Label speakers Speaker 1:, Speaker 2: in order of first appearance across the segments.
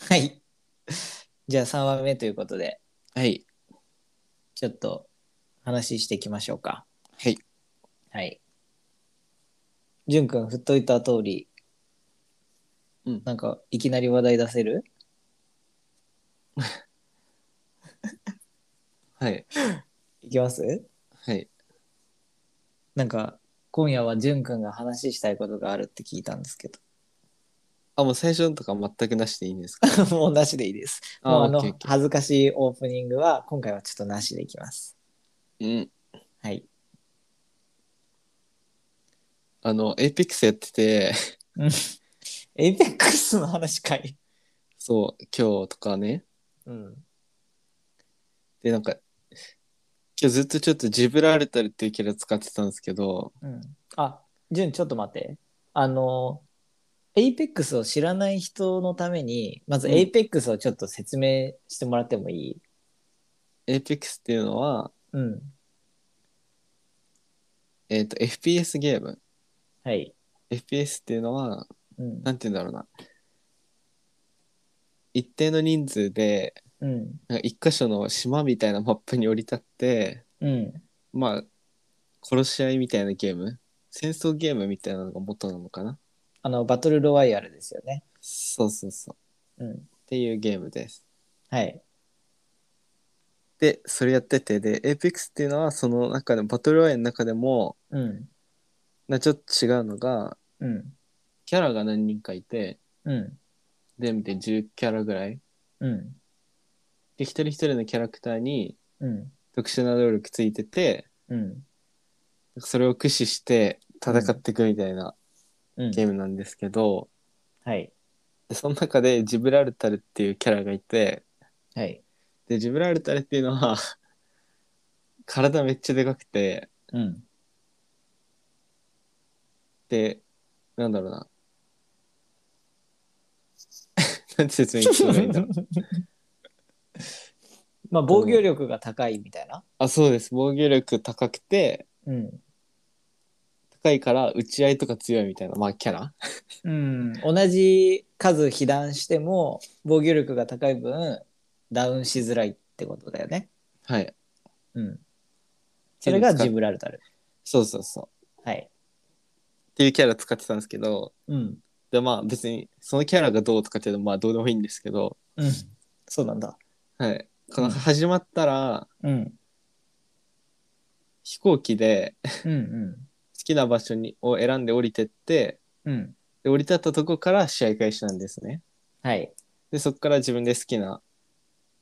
Speaker 1: はい。じゃあ3話目ということで、
Speaker 2: はい。
Speaker 1: ちょっと話していきましょうか。
Speaker 2: はい。
Speaker 1: はい。じゅんくん、振っといた通り、
Speaker 2: うん
Speaker 1: なんか、いきなり話題出せる
Speaker 2: はい。
Speaker 1: いきます
Speaker 2: はい。
Speaker 1: なんか、今夜はじゅんくんが話したいことがあるって聞いたんですけ
Speaker 2: あ、もう最初のとか全くなしでいいんですか
Speaker 1: ど、 もうなしでいいです。もう
Speaker 2: あ
Speaker 1: あの、
Speaker 2: オッケーオッケ
Speaker 1: 恥ずかしいオープニングは、今回はちょっとなしでいきます。
Speaker 2: ーうん。
Speaker 1: はい。
Speaker 2: あの、エイペックスやってて、
Speaker 1: エイペックスの話かい。
Speaker 2: そう、今日とかね。
Speaker 1: うん。
Speaker 2: で、なんか、今日ずっとちょっとジブラルタルっていうキャラ使ってたんですけど、
Speaker 1: うん、あ、ジュン、ちょっと待って。あの、エイペックスを知らない人のために、まず
Speaker 2: うん
Speaker 1: エイペックスをちょっと説明してもらってもいい、
Speaker 2: エイペックスっていうのは、
Speaker 1: うん、
Speaker 2: えっ、と、FPS ゲーム。
Speaker 1: はい。
Speaker 2: FPS っていうのは、
Speaker 1: うん。
Speaker 2: なんて言うんだろうな。一定の人数で、
Speaker 1: うん。
Speaker 2: なんか一箇所の島みたいなマップに降り立って、
Speaker 1: うん。
Speaker 2: まあ、殺し合いみたいなゲーム戦争ゲームみたいなのが元なのかな
Speaker 1: あの、バトルロワイヤルですよね。
Speaker 2: そうそうそう。
Speaker 1: うん。
Speaker 2: っていうゲームです。
Speaker 1: はい。
Speaker 2: で、それやってて、で、APEX っていうのは、その中でも、バトルロワイヤルの中でも、
Speaker 1: うん。
Speaker 2: なちょっと違うのが、
Speaker 1: うん。
Speaker 2: キャラが何人かいて、
Speaker 1: うん。
Speaker 2: 全部で10キャラぐらい。
Speaker 1: うん。
Speaker 2: で、一人一人のキャラクターに
Speaker 1: うん。
Speaker 2: 特殊な能力ついてて、
Speaker 1: うん。
Speaker 2: それを駆使して戦っていくみたいな
Speaker 1: うん。
Speaker 2: ゲームなんですけど、
Speaker 1: はい。
Speaker 2: でその中でジブラルタルっていうキャラがいて、
Speaker 1: はい。
Speaker 2: でジブラルタルっていうのは 体めっちゃでかくて
Speaker 1: うん。
Speaker 2: でなんだろうな なんて説明したらいいんだろう
Speaker 1: まあ、防御力が高いみたいな。
Speaker 2: あそうです防御力高くて
Speaker 1: うん。
Speaker 2: 高いから打ち合いとか強いみたいなまあキャラ
Speaker 1: うん、同じ数被弾しても防御力が高い分ダウンしづらいってことだよね。
Speaker 2: はい
Speaker 1: うん、それがジブラルタル。
Speaker 2: そうそうそう
Speaker 1: はい。
Speaker 2: っていうキャラ使ってたんですけど
Speaker 1: うん。
Speaker 2: でまあ別にそのキャラがどうとかっていうのはまあどうでもいいんですけど
Speaker 1: うん。そうなんだ。
Speaker 2: はいこの
Speaker 1: うん
Speaker 2: 始まったら
Speaker 1: うん。
Speaker 2: 飛行機で
Speaker 1: うんうん。
Speaker 2: 好きな場所にを選んで降りてって
Speaker 1: うん。
Speaker 2: で降り立ったとこから試合開始なんですね
Speaker 1: はい。
Speaker 2: でそこから自分で好きな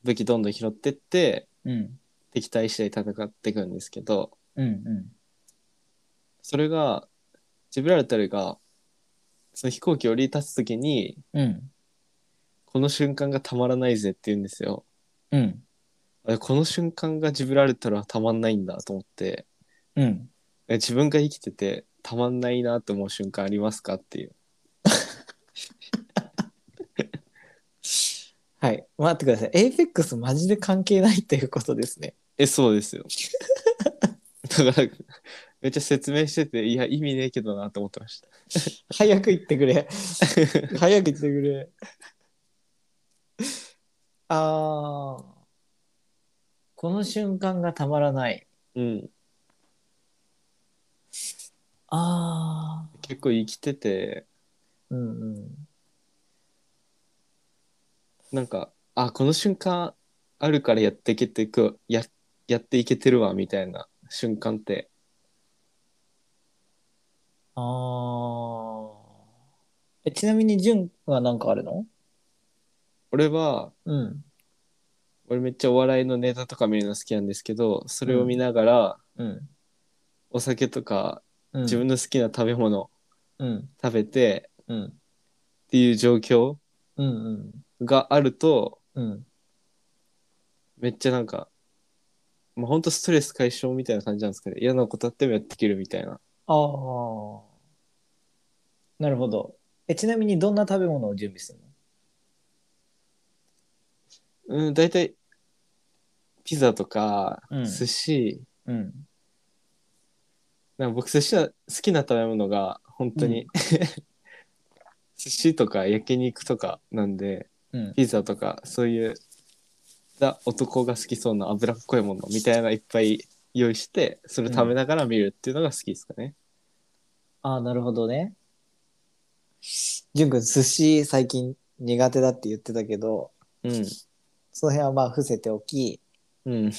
Speaker 2: 武器どんどん拾ってって
Speaker 1: うん。
Speaker 2: 敵対して戦っていくんですけど
Speaker 1: うんうん。
Speaker 2: それがジブラルタルがその飛行機を降り立つ時に
Speaker 1: うん。
Speaker 2: この瞬間がたまらないぜって言うんですよ。
Speaker 1: うん。
Speaker 2: あこの瞬間がジブラルタルはたまんないんだと思って
Speaker 1: うん。
Speaker 2: え自分が生きててたまんないなと思う瞬間ありますかっていう。
Speaker 1: はい。待ってください。エイペックスマジで関係ないっていうことですね。
Speaker 2: えそうですよ。 だからめっちゃ説明してていや意味ねえけどなと思ってました。
Speaker 1: 早く言ってく れ。早く言ってくれ。あーこの瞬間がたまらない。
Speaker 2: うん
Speaker 1: ああ。
Speaker 2: 結構生きてて
Speaker 1: うんうん。
Speaker 2: なんかあこの瞬間あるからやっていけてくややっていけてるわみたいな瞬間って
Speaker 1: ああ。えちなみに、ジュンは何かあるの
Speaker 2: 俺は
Speaker 1: うん。
Speaker 2: 俺めっちゃお笑いのネタとか見るの好きなんですけどそれを見ながら
Speaker 1: うん。
Speaker 2: お酒とか
Speaker 1: うん、
Speaker 2: 自分の好きな食べ物
Speaker 1: うん。
Speaker 2: 食べて
Speaker 1: うん。
Speaker 2: っていう状況
Speaker 1: うん。うん。
Speaker 2: があると
Speaker 1: うん。
Speaker 2: めっちゃなんか、まあ、ほんとストレス解消みたいな感じなんですけど嫌なことあってもやっていけるみたいな
Speaker 1: ああ。なるほど。え、ちなみに、どんな食べ物を準備するの
Speaker 2: うん大体ピザとか
Speaker 1: うん
Speaker 2: 寿司、
Speaker 1: うん。
Speaker 2: なんか僕寿司は好きな食べ物 が本当に、寿司とか焼肉とかなんで
Speaker 1: うん
Speaker 2: ピザとかそういうザ男が好きそうな脂っこいものみたいなのいっぱい用意してそれ食べながら見るっていうのが好きですかね、
Speaker 1: ああ、なるほどね。淳くん、寿司最近苦手だって言ってたけど、
Speaker 2: うん
Speaker 1: その辺はまあ伏せてお き。
Speaker 2: うん、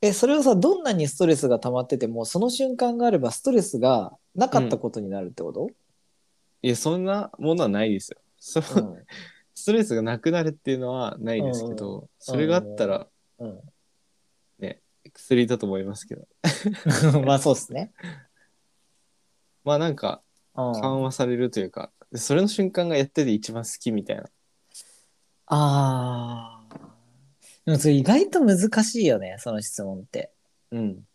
Speaker 1: え、それはさ、どんなにストレスが溜まってても、その瞬間があればストレスがなかったことになるってこと、
Speaker 2: いやそんなものはないですよそ、
Speaker 1: うん
Speaker 2: ストレスがなくなるっていうのはないですけど、それがあったら
Speaker 1: うん
Speaker 2: 薬だと思いますけど
Speaker 1: まあそうっすね。
Speaker 2: まあなんか
Speaker 1: うん、あ
Speaker 2: 緩和されるというか、それの瞬間がやってて一番好きみたいな
Speaker 1: あー。でもそれ意外と難しいよね、その質問って。
Speaker 2: うん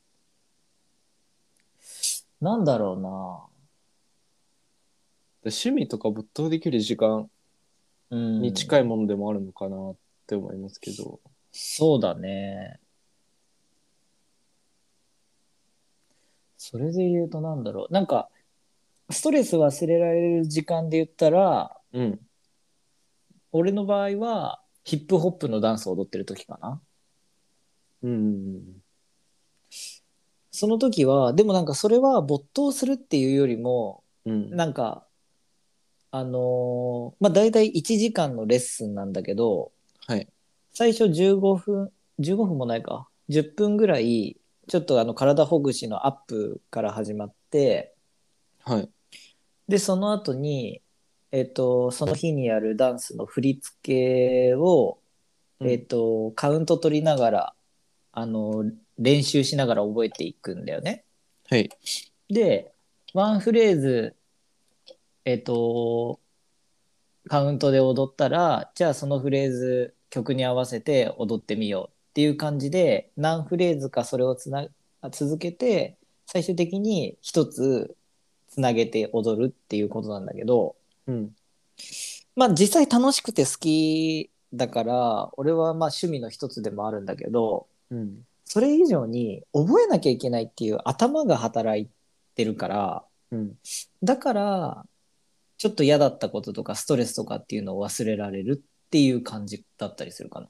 Speaker 1: なんだろうな。
Speaker 2: 趣味とか没頭できる時間
Speaker 1: うん、
Speaker 2: に近いものでもあるのかなって思いますけど、
Speaker 1: そうだね。それで言うとなんだろう。なんか、ストレス忘れられる時間で言ったら、
Speaker 2: うん、
Speaker 1: 俺の場合はヒップホップのダンスを踊ってる時かな。
Speaker 2: うんうん
Speaker 1: その時は、でもなんかそれは没頭するっていうよりも、
Speaker 2: うん
Speaker 1: なんか、あのーまあ大体1時間のレッスンなんだけど、
Speaker 2: はい
Speaker 1: 最初15分15分もないか10分ぐらいちょっとあの体ほぐしのアップから始まって
Speaker 2: はい
Speaker 1: でその後にえっ、とその日にやるダンスの振り付けを、
Speaker 2: うん
Speaker 1: えっ、とカウント取りながらあの練習しながら覚えていくんだよね。
Speaker 2: はい
Speaker 1: でワンフレーズえっ、とカウントで踊ったらじゃあそのフレーズ曲に合わせて踊ってみようっていう感じで何フレーズかそれをつな続けて最終的に一つつなげて踊るっていうことなんだけど
Speaker 2: うん
Speaker 1: まあ実際楽しくて好きだから俺はまあ趣味の一つでもあるんだけど
Speaker 2: うん
Speaker 1: それ以上に覚えなきゃいけないっていう頭が働いてるから。
Speaker 2: うん
Speaker 1: だからちょっと嫌だったこととかストレスとかっていうのを忘れられるっていう感じだったりするか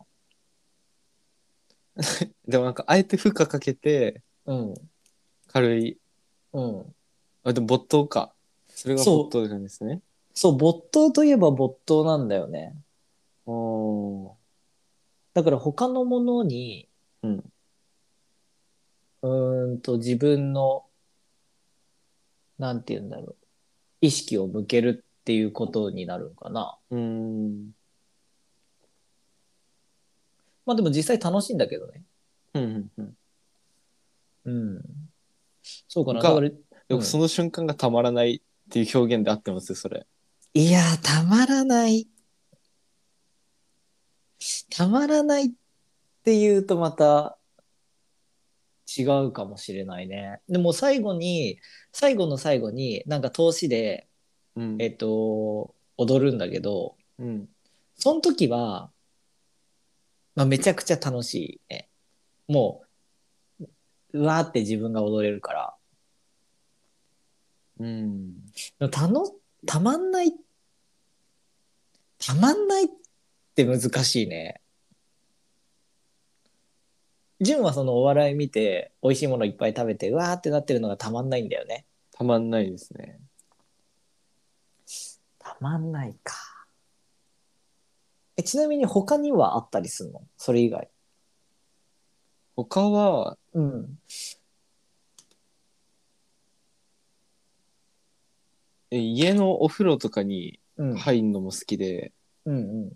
Speaker 2: でもなんかあえて負荷かけて
Speaker 1: な。うん
Speaker 2: 軽い
Speaker 1: うん、
Speaker 2: あでも没頭かそれが
Speaker 1: そう
Speaker 2: 没頭なんですね
Speaker 1: そう没頭といえば没頭なんだよね。
Speaker 2: おー
Speaker 1: だから他のものに
Speaker 2: うん
Speaker 1: うーんと自分のなんて言うんだろう意識を向けるっていうことになるのかな。
Speaker 2: うーん
Speaker 1: まあでも実際楽しいんだけどね。
Speaker 2: うんうんうん
Speaker 1: うん、そうかな。
Speaker 2: が
Speaker 1: だから
Speaker 2: で
Speaker 1: う
Speaker 2: も
Speaker 1: ん
Speaker 2: その瞬間がたまらないっていう表現で合ってますよそれ
Speaker 1: いやー、たまらない。たまらないっていうとまた違うかもしれないね。でも最後に、最後の最後になんか投資で、
Speaker 2: うん
Speaker 1: えっと、踊るんだけど、
Speaker 2: うん
Speaker 1: その時は、まあ、めちゃくちゃ楽しいね。もう、うわーって自分が踊れるから。
Speaker 2: うん
Speaker 1: たの、たまんない、たまんないって難しいね。純はそのお笑い見て、美味しいものいっぱい食べて、うわーってなってるのがたまんないんだよね。
Speaker 2: たまんないですね
Speaker 1: たまんないか。え、ちなみに他にはあったりするのそれ以外。
Speaker 2: 他は
Speaker 1: うん。
Speaker 2: え家のお風呂とかに
Speaker 1: うん。い。
Speaker 2: 入るのも好きで、
Speaker 1: うんうん。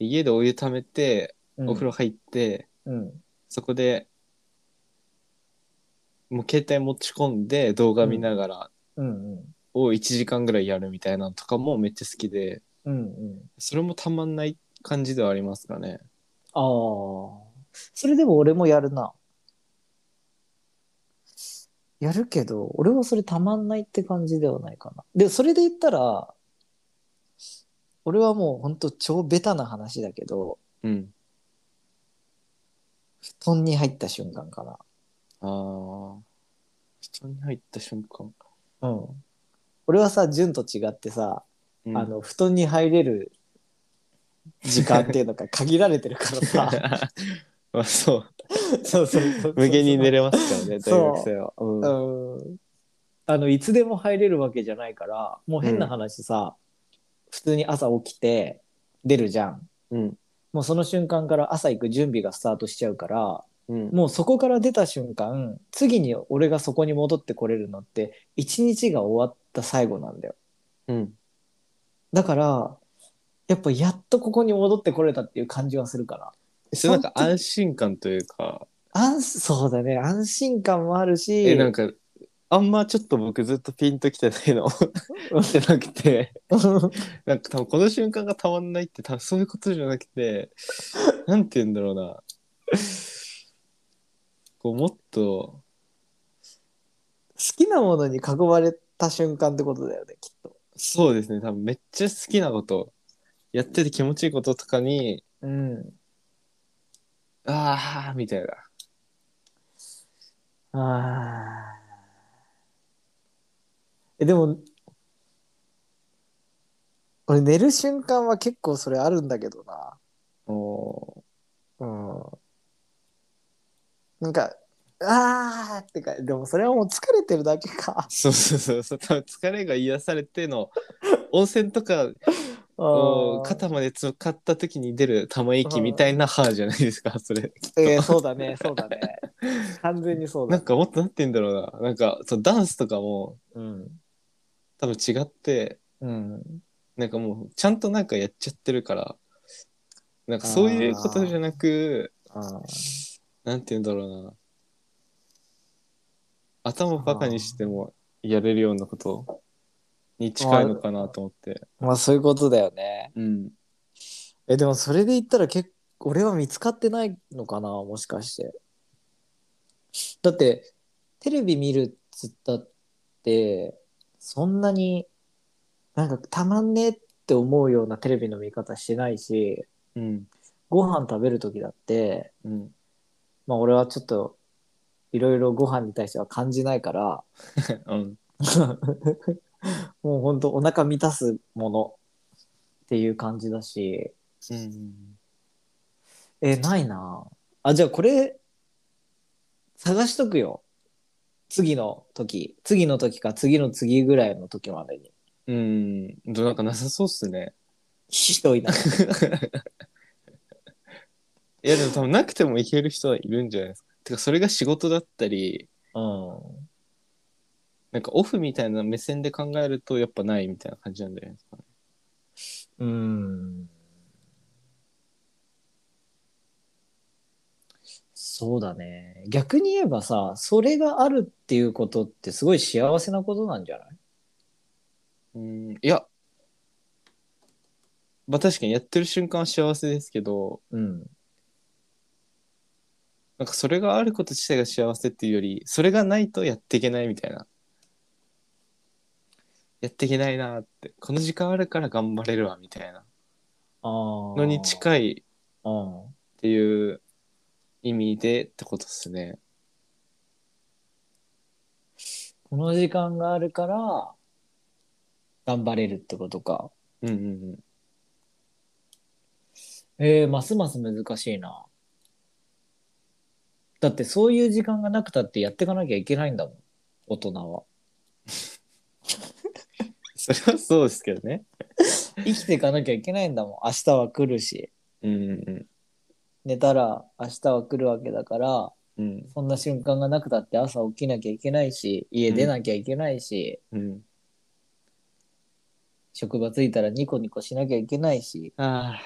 Speaker 2: 家でお湯ためて
Speaker 1: うん
Speaker 2: お風呂。入って、
Speaker 1: うん。
Speaker 2: そこでもう携帯持ち込んで動画見ながら
Speaker 1: うんうん。
Speaker 2: を1時間ぐらいやるみたいなのとかもめっちゃ好きで
Speaker 1: うんうん。
Speaker 2: それもたまんない感じではありますかね
Speaker 1: ああ。それでも俺もやるな。やるけど、俺はそれたまんないって感じではないかな。で、それで言ったら、俺はもうほんと超ベタな話だけど、
Speaker 2: うん
Speaker 1: 布団に入った瞬間かな。
Speaker 2: あー布団に入った瞬間
Speaker 1: うん。俺はさ、純と違ってさ、
Speaker 2: うん
Speaker 1: あの布団に入れる時間っていうのが限られてるからさ
Speaker 2: まあそう
Speaker 1: そうそうそうそう
Speaker 2: 無限に寝れますからね
Speaker 1: そう
Speaker 2: 大学生はうん
Speaker 1: う、んあのいつでも入れるわけじゃないからもう変な話さ、普通に朝起きて出るじゃん
Speaker 2: うん
Speaker 1: もうその瞬間から朝行く準備がスタートしちゃうから
Speaker 2: うん、
Speaker 1: もうそこから出た瞬間次に俺がそこに戻ってこれるのって一日が終わった最後なんだよ
Speaker 2: うん、
Speaker 1: だからやっぱやっとここに戻ってこれたっていう感じはするから
Speaker 2: それなんか安心感というか
Speaker 1: 安そうだね安心感もあるし
Speaker 2: えなんかあんまちょっと僕ずっとピンときてないのきてなくてなんか多分この瞬間がたまんないって多分そういうことじゃなくてなんて言うんだろうなこうもっと
Speaker 1: 好きなものに囲まれた瞬間ってことだよねきっと。
Speaker 2: そうですね多分めっちゃ好きなことやってて気持ちいいこととかに
Speaker 1: うん、
Speaker 2: ああみたいな
Speaker 1: あーえでも俺寝る瞬間は結構それあるんだけどな。
Speaker 2: お
Speaker 1: うん、なんかあーってかでもそれはもう疲れてるだけか。
Speaker 2: そうそうそうそう多分疲れが癒されての温泉とかこ
Speaker 1: うん
Speaker 2: う肩までつかった時に出る玉息みたいな歯じゃないですかそれ
Speaker 1: えーそうだ ねそうだね。完全にそうだ
Speaker 2: な
Speaker 1: ね
Speaker 2: んかもっとなんて言うんだろうななんかそうダンスとかも
Speaker 1: うん
Speaker 2: 多分違って
Speaker 1: うん
Speaker 2: なんかもうちゃんとなんかやっちゃってるからなんかそういうことじゃなく
Speaker 1: あ
Speaker 2: なんて言うんだろうな頭バカにしてもやれるようなことに近いのかなと思って
Speaker 1: ーまあそういうことだよね。
Speaker 2: うん
Speaker 1: えでもそれで言ったら結構俺は見つかってないのかなもしかしてだってテレビ見るっつったってそんなになんかたまんねえって思うようなテレビの見方してないし
Speaker 2: うん
Speaker 1: ご飯食べる時だって
Speaker 2: うん
Speaker 1: まあ俺はちょっといろいろご飯に対しては感じないから
Speaker 2: うん
Speaker 1: もうほんとお腹満たすものっていう感じだし
Speaker 2: うん
Speaker 1: え、ないなあ。あ、じゃあこれ、探しとくよ。次の時。次の時か次の次ぐらいの時までに。
Speaker 2: うんどなんかなさそうっすね
Speaker 1: しとい た。
Speaker 2: いやでも多分なくてもいける人はいるんじゃないですか。てかそれが仕事だったり
Speaker 1: うん。
Speaker 2: なんかオフみたいな目線で考えるとやっぱないみたいな感じなんじゃないですかね。
Speaker 1: うん。そうだね。逆に言えばさ、それがあるっていうことってすごい幸せなことなんじゃない
Speaker 2: うんいやまあ確かにやってる瞬間は幸せですけど
Speaker 1: うん。
Speaker 2: なんかそれがあること自体が幸せっていうよりそれがないとやっていけないみたいな。やっていけないなってこの時間あるから頑張れるわみたいな
Speaker 1: ああ。
Speaker 2: のに
Speaker 1: い。
Speaker 2: 近い
Speaker 1: うん。
Speaker 2: っていう意味でってことですね。
Speaker 1: この時間があるから、頑張れるってことか。
Speaker 2: うんうんうん。
Speaker 1: えー、ますます難しいな。だってそういう時間がなくたってやっていかなきゃいけないんだもん、大人は。
Speaker 2: それはそうですけどね。
Speaker 1: 生きていかなきゃいけないんだもん、明日は来るし、
Speaker 2: うんうん
Speaker 1: 寝たら明日は来るわけだから、
Speaker 2: うん
Speaker 1: そんな瞬間がなくたって朝起きなきゃいけないし、家出なきゃいけないし、
Speaker 2: うん。
Speaker 1: 職場着いたらニコニコしなきゃいけないし。
Speaker 2: ああ。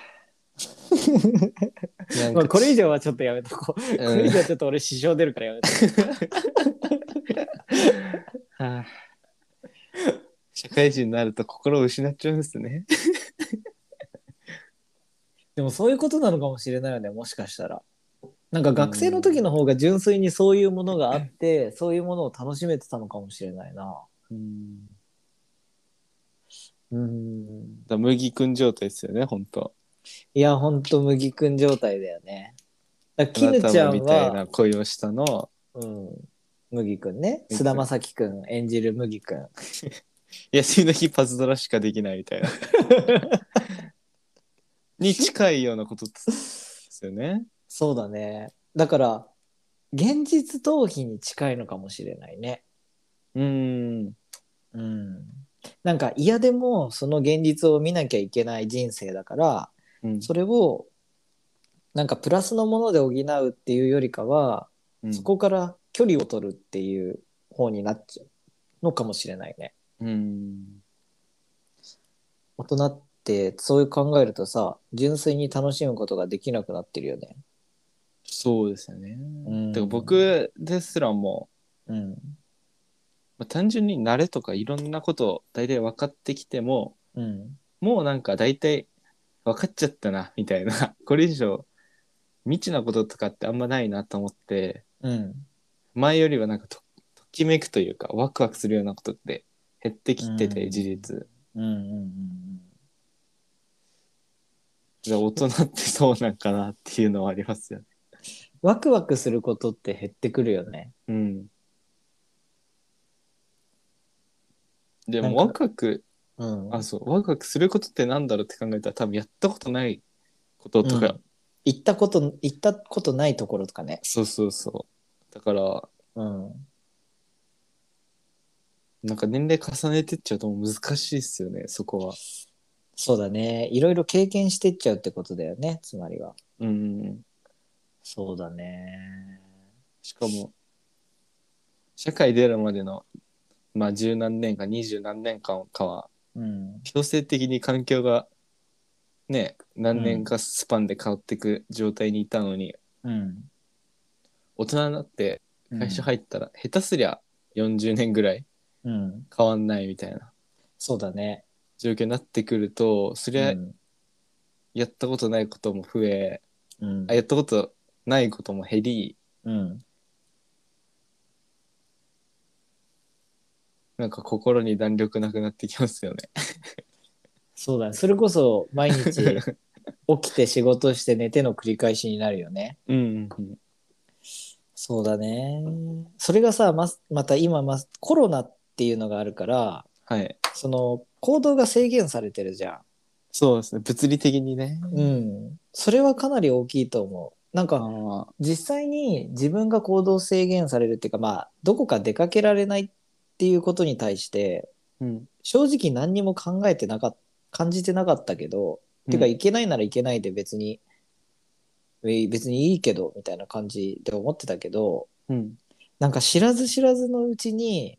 Speaker 2: なん
Speaker 1: まあ
Speaker 2: か
Speaker 1: これ以上はちょっとやめとこう。これ以上はちょっと俺支障出るからやめとこ
Speaker 2: あー社会人になると心を失っちゃうんですね。
Speaker 1: う。でもそういうことなのかもしれないよね、もしかしたら。なんか学生の時の方が純粋にそういうものがあって、そういうものを楽しめてたのかもしれないな。
Speaker 2: うん。
Speaker 1: うん。
Speaker 2: だ麦くん状態ですよね、本当。
Speaker 1: いや、ほんと麦くん状態だよね。だき
Speaker 2: あ
Speaker 1: ぬ
Speaker 2: な
Speaker 1: ち
Speaker 2: た
Speaker 1: ゃ
Speaker 2: も
Speaker 1: ん
Speaker 2: みたい
Speaker 1: は、
Speaker 2: な恋をしたの。
Speaker 1: うん、麦くんね。
Speaker 2: 麦君
Speaker 1: 菅田将暉くん演じる麦くん。
Speaker 2: 休みの日パズドラしかできないみたいな。 に近いようなことですよね。
Speaker 1: そうだね。だから、現実逃避に近いのかもしれないね。
Speaker 2: うん。
Speaker 1: うん。なんか嫌でもその現実を見なきゃいけない人生だから、
Speaker 2: うん
Speaker 1: それをなんかプラスのもので補うっていうよりかは、
Speaker 2: うん
Speaker 1: そこから距離を取るっていう方になっちゃうのかもしれないね。
Speaker 2: うん。
Speaker 1: 大人ってそういう考えるとさ、純粋に楽しむことができなくなってるよね。
Speaker 2: そうですよね。
Speaker 1: うん
Speaker 2: てか僕ですらもう
Speaker 1: うん。
Speaker 2: まあ単純に慣れとかいろんなことを大体分かってきても
Speaker 1: うん。
Speaker 2: もうなんか大体分かっちゃったなみたいな これ以上未知なこととかってあんまないなと思って
Speaker 1: うん。
Speaker 2: 前よりはなんかとときめくというかワクワクするようなことって減ってきて
Speaker 1: う
Speaker 2: て
Speaker 1: ん
Speaker 2: 事実
Speaker 1: うんうんうん
Speaker 2: じゃあ大人ってそうなんかなっていうのはありますよね。
Speaker 1: ワクワクすることって減ってくるよね。
Speaker 2: うん、でも
Speaker 1: なん
Speaker 2: ワ
Speaker 1: か
Speaker 2: クワク
Speaker 1: うん
Speaker 2: あそうワクワクすることってなんだろうって考えたら多分やったことないこととか、
Speaker 1: うん行ったこと、行ったことないところとかね。
Speaker 2: そうそうそう。だから、
Speaker 1: うん。
Speaker 2: なんか年齢重ねてっちゃうともう難しいっすよね、そこは。
Speaker 1: そうだね。いろいろ経験してっちゃうってことだよね。つまりは。
Speaker 2: うん。
Speaker 1: そうだね。
Speaker 2: しかも、社会出るまでの、まあ、十何年か二十何年間かは、
Speaker 1: うん。
Speaker 2: 強制的に環境が、ね、何年かスパンで変わっていく状態にいたのに、
Speaker 1: うん。
Speaker 2: 大人になって
Speaker 1: うん
Speaker 2: 会社入ったら、下手すりゃ40年ぐらい
Speaker 1: うん。
Speaker 2: 変わんないみたいな
Speaker 1: そうだね。
Speaker 2: 状況になってくると、そり
Speaker 1: う
Speaker 2: ゃ
Speaker 1: ん
Speaker 2: やったことないことも増え、
Speaker 1: うん
Speaker 2: あ。やったことないことも減り
Speaker 1: うん。
Speaker 2: なんか心に弾力なくなってきますよね。
Speaker 1: そうだね。それこそ毎日起きて仕事して寝ての繰り返しになるよね。
Speaker 2: うん、
Speaker 1: そうだね。それがさ、ま、また今、ま、コロナっていうのがあるから、
Speaker 2: はい
Speaker 1: その行動が制限されてるじゃ
Speaker 2: そうですね物理的にね。
Speaker 1: ん。うん。それはかなり大きいと思う。なんか
Speaker 2: あ
Speaker 1: 実際に自分が行動制限されるっていうか、まあ、どこか出かけられないっていうことに対して、
Speaker 2: うん、
Speaker 1: 正直何にも考えてなかった、感じてなかったけど、てか、
Speaker 2: うん
Speaker 1: いけないならいけないで別に、え別にいいけど、みたいな感じで思ってたけど、
Speaker 2: うん、
Speaker 1: なんか知らず知らずのうちに、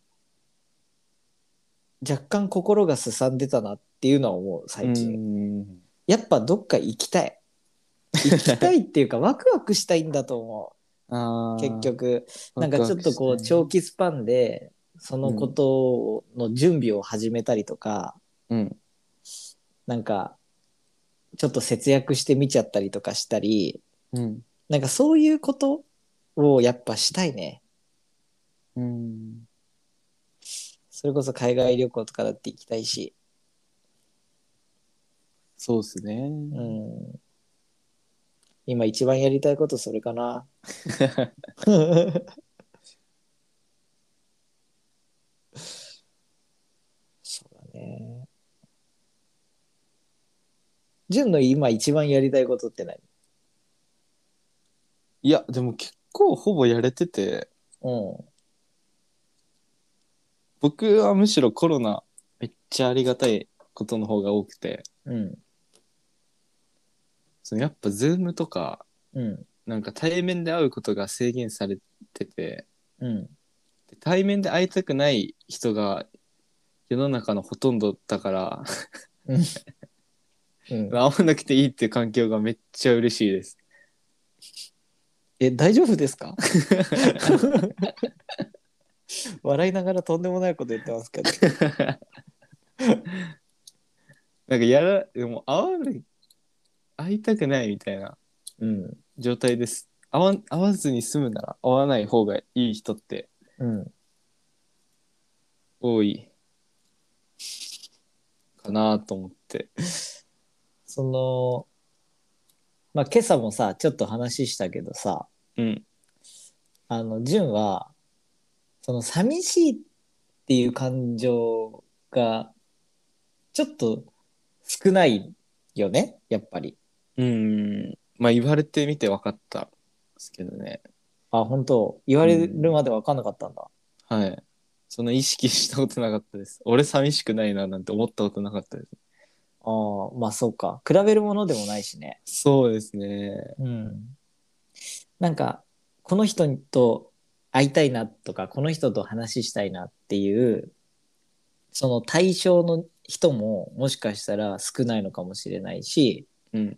Speaker 1: 若干心がすさんでたなっていうのは思う、最近。
Speaker 2: うん
Speaker 1: やっぱどっか行きたい。行きたいっていうか、ワクワクしたいんだと思
Speaker 2: あ
Speaker 1: う。
Speaker 2: ー
Speaker 1: 結局、なんかちょっとこ
Speaker 2: ワ
Speaker 1: う、
Speaker 2: クワクして
Speaker 1: 長期スパンで、そのことの準備を始めたりとか、
Speaker 2: うん
Speaker 1: なんか、ちょっと節約してみちゃったりとかしたり、
Speaker 2: うん
Speaker 1: なんかそういうことをやっぱしたいね。
Speaker 2: うん
Speaker 1: それこそ海外旅行とかだって行きたいし。
Speaker 2: そうですね。
Speaker 1: う ん。今一番やりたいことそれかな。 そうだね。純の今一番やりたいことって何
Speaker 2: いやでも結構ほぼやれてて
Speaker 1: うん。
Speaker 2: 僕はむしろコロナめっちゃありがたいことの方が多くて
Speaker 1: うん。
Speaker 2: そのやっぱズームとか
Speaker 1: うん。
Speaker 2: なんか対面で会うことが制限されてて。
Speaker 1: うん。
Speaker 2: で対面で会いたくない人が世の中のほとんどだから
Speaker 1: うん
Speaker 2: 会わなくていいっていう環境がめっちゃ嬉しいです。
Speaker 1: え、大丈夫ですか笑いながらとんでもないこと言ってますけど。
Speaker 2: なんかやらでも会わない会いたくないみたいな
Speaker 1: うん。
Speaker 2: 状態です会わん会わずに済むなら会わない方がいい人って
Speaker 1: うん。
Speaker 2: 多いかなと思って。
Speaker 1: その、まあ、今朝もさ、ちょっと話したけどさ、
Speaker 2: うん
Speaker 1: あの、純は、その、寂しいっていう感情がちょっと少ないよねやっぱり。
Speaker 2: うん。まあ言われてみて分かったですけどね。
Speaker 1: あ本当言われるまで分かんなかったんだ。
Speaker 2: はい。そんな意識したことなかったです。俺寂しくないななんて思ったことなかったです。
Speaker 1: ああまあそうか比べるものでもないしね。
Speaker 2: そうですね。
Speaker 1: うん、なんかこの人と会いたいなとかこの人と話したいなっていうその対象の人ももしかしたら少ないのかもしれないし
Speaker 2: うん。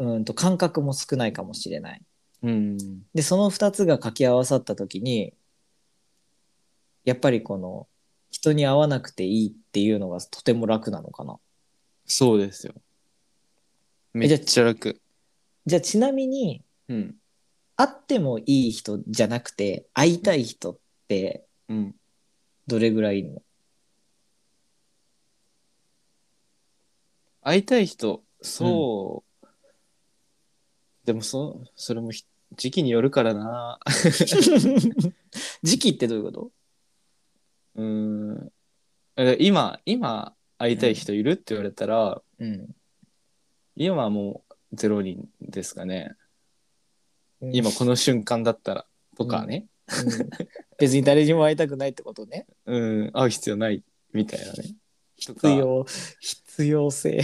Speaker 1: うんと感覚も少ないかもしれない。
Speaker 2: うん。
Speaker 1: でその2つが掛け合わさった時にやっぱりこの人に会わなくていいっていうのがとても楽なのかな。
Speaker 2: そうですよ。め
Speaker 1: じゃあ
Speaker 2: っちゃ楽。
Speaker 1: じゃあちなみに
Speaker 2: うん。
Speaker 1: 会ってもいい人じゃなくて会いたい人って
Speaker 2: うん。
Speaker 1: どれぐらいいるの
Speaker 2: 会いたい人、そう。でもそ、それもひ時期によるからな。
Speaker 1: 時期ってどういうこと
Speaker 2: うん。え今、今、会いたい人いるって言われたら、
Speaker 1: うん。
Speaker 2: 今はもうゼロ人ですかね。今
Speaker 1: 今、
Speaker 2: この瞬間だったらとかね。
Speaker 1: 別に誰にも会いたくないってこと ね。
Speaker 2: うん、会う必要ないみたいなね。必
Speaker 1: 必要、必要性。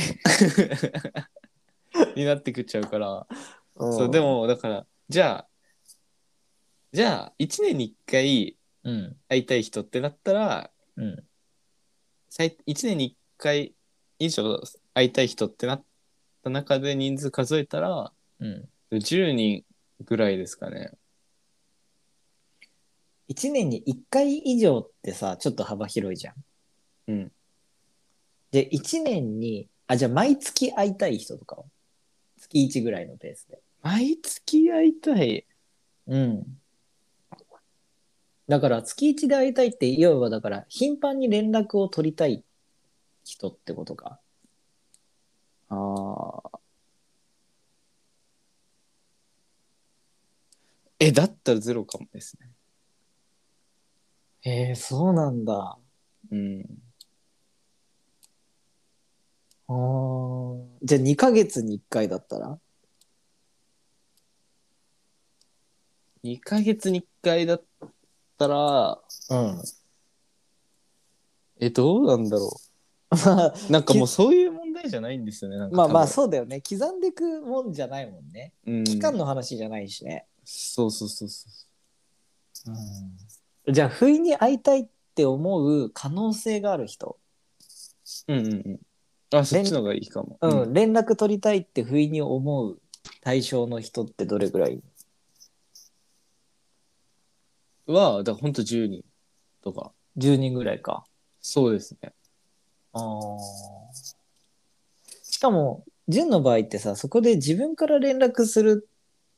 Speaker 2: になってくっちゃうから。
Speaker 1: そ
Speaker 2: そう、で、もだから、じゃあ、じゃあ、1年に1回
Speaker 1: うん。
Speaker 2: 会いたい人ってなったら、
Speaker 1: うん。
Speaker 2: 1年に1回以上会いたい人ってなった中で人数数えたら、
Speaker 1: うん。
Speaker 2: 10人ぐらいですかね。
Speaker 1: 1年に1回以上ってさ、ちょっと幅広いじゃん。
Speaker 2: うん。
Speaker 1: で、1年に、あ、じゃあ毎月会いたい人とかは月1ぐらいのペースで。
Speaker 2: 毎月会いたい。
Speaker 1: うん。だから月1で会いたいって、いわばだから頻繁に連絡を取りたい人ってことか。
Speaker 2: ああ。え、だったらゼロかもですね。
Speaker 1: へえ、そうなんだ。
Speaker 2: うん。
Speaker 1: あーじゃあ2ヶ月に1回だったら
Speaker 2: 2ヶ月に1回だったら、
Speaker 1: うん。
Speaker 2: え、どうなんだろ
Speaker 1: まあ
Speaker 2: う。なんかもうそういう問題じゃないんですよね。なんか
Speaker 1: まあまあ
Speaker 2: 多
Speaker 1: そうだよね。刻んでいくもんじゃないもんね。
Speaker 2: 分、うん、
Speaker 1: 期間の話じゃないしね。
Speaker 2: そうそうそうそ
Speaker 1: じゃあ不意に会いたいって思う可能性がある人、
Speaker 2: う。うんうんうん。あ、そっちの方がいいかも。
Speaker 1: うん。連絡取りたいって不意に思う対象の人ってどれぐらい
Speaker 2: は、だからほんと10人とか。
Speaker 1: ?10 人ぐらいか。
Speaker 2: そうですね。
Speaker 1: あーしかも、純の場合ってさ、そこで自分から連絡する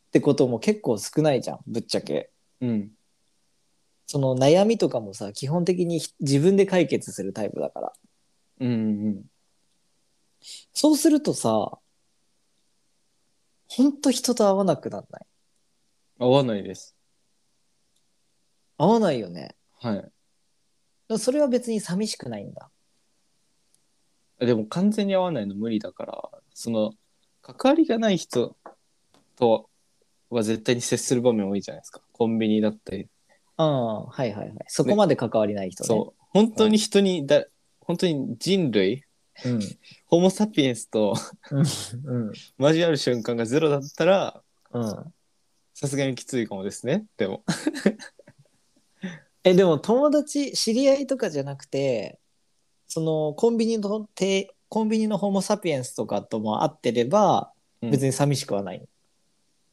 Speaker 1: ってことも結構少ないじゃん、ぶっちゃけ。
Speaker 2: うん。
Speaker 1: その悩みとかもさ基本的にひ自分で解決するタイプだから
Speaker 2: うんうんうん。
Speaker 1: そうするとさほんと人と会わなくなんない
Speaker 2: 合わないです。
Speaker 1: 会わないよねだか
Speaker 2: はい
Speaker 1: らそれは別に寂しくないんだ。
Speaker 2: でも完全に合わないの無理だから、その、関わりがない人とは絶対に接する場面多いじゃないですか。コンビニだったり。
Speaker 1: うんはいはいはいそこまで関わりない人ね
Speaker 2: そう。本当に人にだ、本当に人類、
Speaker 1: うん
Speaker 2: ホモ・サピエンスと
Speaker 1: うん
Speaker 2: 交わる瞬間がゼロだったら、
Speaker 1: うん
Speaker 2: さすがにきついかもですね。で も。
Speaker 1: えでも友達知り合いとかじゃなくてそのコンビニのてコンビニのホモ・サピエンスとかとも会ってれば別
Speaker 2: に。
Speaker 1: に寂しくはない、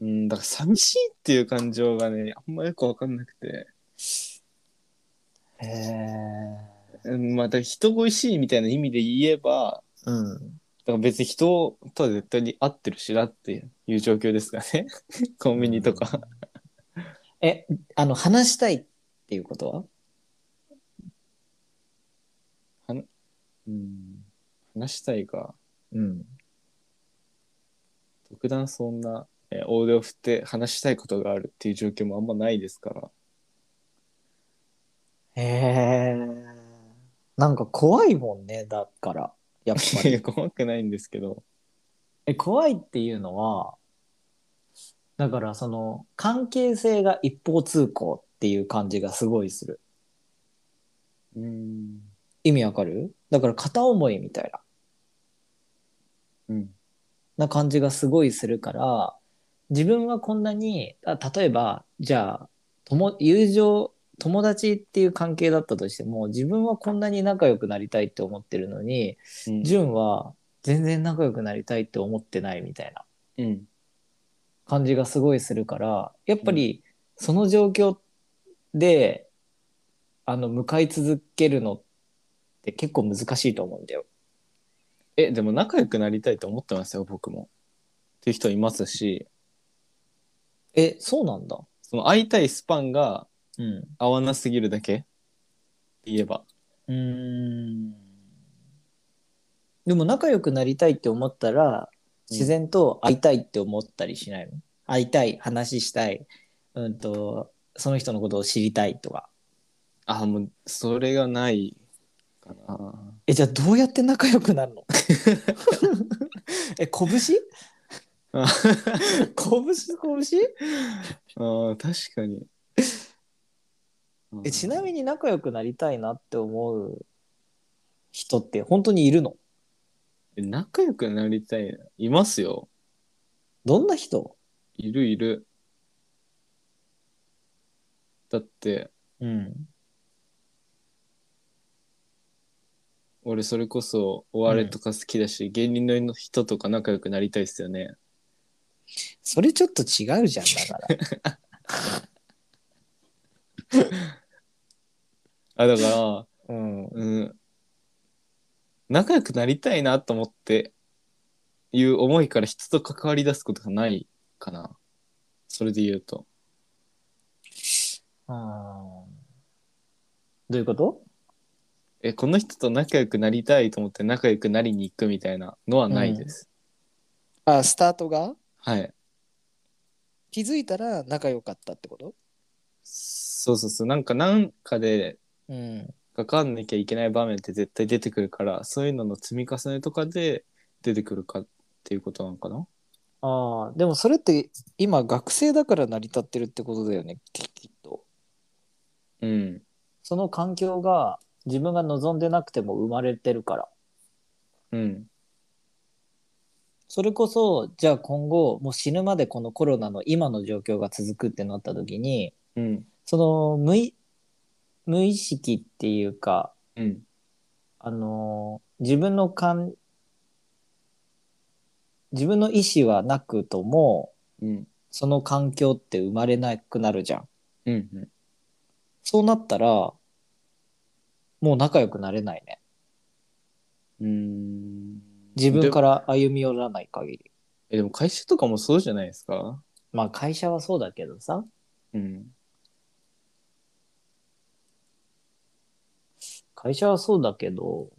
Speaker 2: うん、だから寂しいっていう感情がね、あんまよくわかんなくて。
Speaker 1: へえ
Speaker 2: うん、まあ、だから人恋しいみたいな意味で言えば、
Speaker 1: うん
Speaker 2: だから別に人とは絶対に合ってるしなっていう状況ですかね。 コンビニとか。
Speaker 1: え、あの、話したいっていうことは
Speaker 2: うん、話したいか。
Speaker 1: うん。
Speaker 2: 特段そんな、えー大手を振って話したいことがあるっていう状況もあんまないですから。
Speaker 1: へえ。なんか怖いもんね、だから。やっぱ
Speaker 2: い
Speaker 1: り。
Speaker 2: や怖くないんですけど。
Speaker 1: え、怖いっていうのは、だからその、関係性が一方通行っていう感じがすごいする。
Speaker 2: うん。
Speaker 1: 意味わかるだから片思いみたいな。
Speaker 2: うん。
Speaker 1: な感じがすごいするから自分はこんなにあ例えばじゃあ友友情友達っていう関係だったとしても自分はこんなに仲良くなりたいって思ってるのに純は全然仲良くなりたいって思ってないみたいな
Speaker 2: うん。
Speaker 1: 感じがすごいするからやっぱりその状況であの向かい続けるのって結構難しいと思うんだよ。
Speaker 2: え、でも仲良くなりたいと思ってますよ、僕も。っていう人いますし、
Speaker 1: えそうなんだ。
Speaker 2: その会いたいスパンが
Speaker 1: うん、
Speaker 2: 合わなすぎるだけ言えば。
Speaker 1: うーんでも仲良くなりたいって思ったら自然と会いたいって思ったりしないの、会いたい話したい、うん、とその人のことを知りたいとか
Speaker 2: あ、もう、それがないかな。
Speaker 1: えじゃあどうやって仲良くなるの え 拳
Speaker 2: あ
Speaker 1: 拳拳
Speaker 2: ああ、確かに。
Speaker 1: えちな
Speaker 2: に。
Speaker 1: みに仲良くなりたいなって思う人って本当にいるの
Speaker 2: 仲良くなりたい。いますよ。
Speaker 1: どんな人
Speaker 2: いるいる。だって、
Speaker 1: うん
Speaker 2: 俺それこそ、お笑いとか好きだし、芸人の人とか仲良くなりたいっすよね。
Speaker 1: それちょっと違うじゃんだから
Speaker 2: あ、だか
Speaker 1: う
Speaker 2: ら、
Speaker 1: ん
Speaker 2: うん。仲良くなりたいなと思って、いう思いから人と関わり出すことがないかな。それで言うと。
Speaker 1: あーどういうこと
Speaker 2: え、この人と仲良くなりたいと思って仲良くなりに行くみたいなのはないです。
Speaker 1: あスタートが
Speaker 2: はい。
Speaker 1: 気づいたら仲良かったってこと
Speaker 2: そうそうそう。なんか、なんかで
Speaker 1: うん。
Speaker 2: 関わんなきゃいけない場面って絶対出てくるから、そういうのの積み重ねとかで出てくるかっていうことなのかな
Speaker 1: ああ、でもそれって今学生だから成り立ってるってことだよね、ききっと。
Speaker 2: うん。
Speaker 1: その環境が自分が望んでなくても生まれてるから。
Speaker 2: うん。
Speaker 1: それこそ、じゃあ今後、もう死ぬまでこのコロナの今の状況が続くってなった時に、
Speaker 2: うん。
Speaker 1: その無い無意識っていうか、
Speaker 2: うん。
Speaker 1: あのー自分の感自分の意思はなくとも
Speaker 2: うん。
Speaker 1: その環境って生まれなくなるじゃん
Speaker 2: うん。うん
Speaker 1: そうなったらもう仲良くなれないね
Speaker 2: うーん
Speaker 1: 自分からら歩み寄らない限り
Speaker 2: えでも会社とかもそうじゃないですか
Speaker 1: まあ会社はそうだけどさ
Speaker 2: うん
Speaker 1: 会社はそうだけど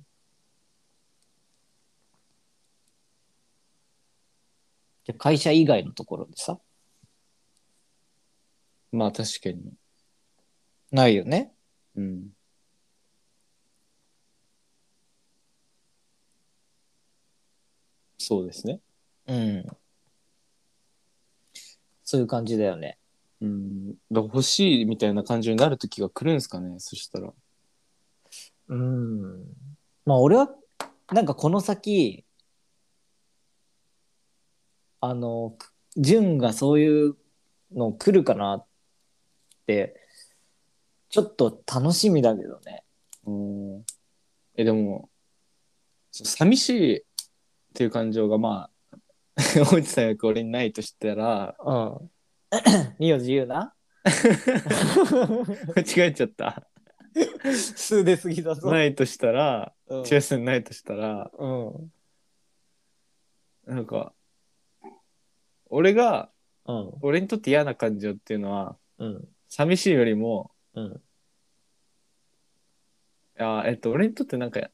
Speaker 1: じゃあ会社以外のところでさ
Speaker 2: まあ確かに
Speaker 1: ないよね
Speaker 2: うんそうですね
Speaker 1: うんそういう感じだよね
Speaker 2: うんだから欲しいみたいな感じになる時が来るんですかねそしたら
Speaker 1: うん。まあ俺は、なんかこの先、あの、純がそういうの来るかなって、ちょっと楽しみだけどね。
Speaker 2: うんえでもそう寂しいっていう感情がまあ 大内さん役俺にないとした ら
Speaker 1: うん。 いいよ、自由な。
Speaker 2: 間違えちゃった
Speaker 1: 数出すぎだぞ。
Speaker 2: ないとしたら
Speaker 1: うん
Speaker 2: チェスにないとしたら、
Speaker 1: うん。
Speaker 2: なんか、俺が、
Speaker 1: うん。
Speaker 2: 俺にとって嫌な感情っていうのは、
Speaker 1: うん。
Speaker 2: 寂しいよりも、
Speaker 1: うん。
Speaker 2: あーえっと、俺にとってなんか、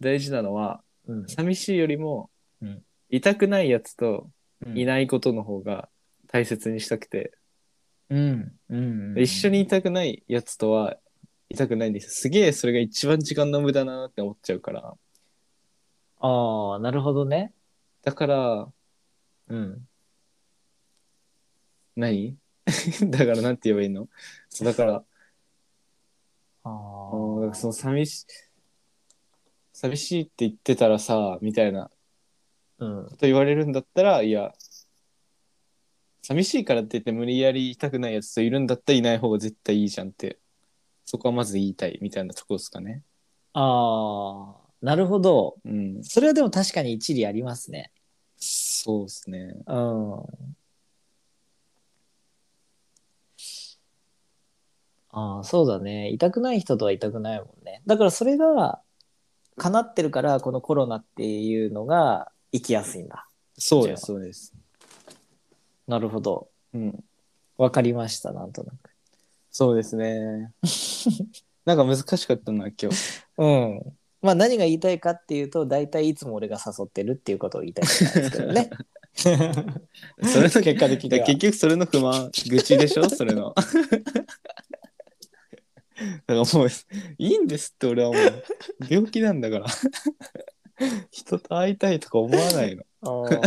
Speaker 2: 大事なのは、
Speaker 1: うん。
Speaker 2: 寂しいよりも、
Speaker 1: うん
Speaker 2: 痛くないやつとい
Speaker 1: い。
Speaker 2: ないことの方が大切にしたくて、
Speaker 1: うん。うん。
Speaker 2: 一緒にいたくないやつとは、痛くないんですすげえそれが一番時間の無駄だなって思っちゃうから
Speaker 1: ああ、なるほどね。
Speaker 2: だからうんない だからなんて言えばいいのそうだから
Speaker 1: あ
Speaker 2: あ
Speaker 1: ー
Speaker 2: ーだからその寂し寂しいって言ってたらさみたいな
Speaker 1: うん。
Speaker 2: こと言われるんだったらいや寂しいからって言って無理やり痛くないやつといるんだったらいない方が絶対いいじゃんってそこはまず言いたいみたいなとこですかね
Speaker 1: ああ、なるほど。
Speaker 2: うん
Speaker 1: それはでも確かに一理ありますね。
Speaker 2: そうですね
Speaker 1: うん。ああ、そうだね。痛くない人とは痛くないもんね。だからそれが叶ってるから、このコロナっていうのが生きやすいんだ。
Speaker 2: そうですそうです
Speaker 1: なるほど。
Speaker 2: うん
Speaker 1: わかりました、なんとなく。
Speaker 2: そうです ねなんか難しかったな今日
Speaker 1: うん。まあ何が言いたいかっていうと、大体いつも俺が誘ってるっていうことを言いたいんですけどね。
Speaker 2: それの結果的
Speaker 1: で
Speaker 2: に
Speaker 1: は
Speaker 2: 結局それの不満愚痴でし ょそれのだからもういいんですって俺はもう病気なんだから人と会いたいとか思わないの
Speaker 1: うん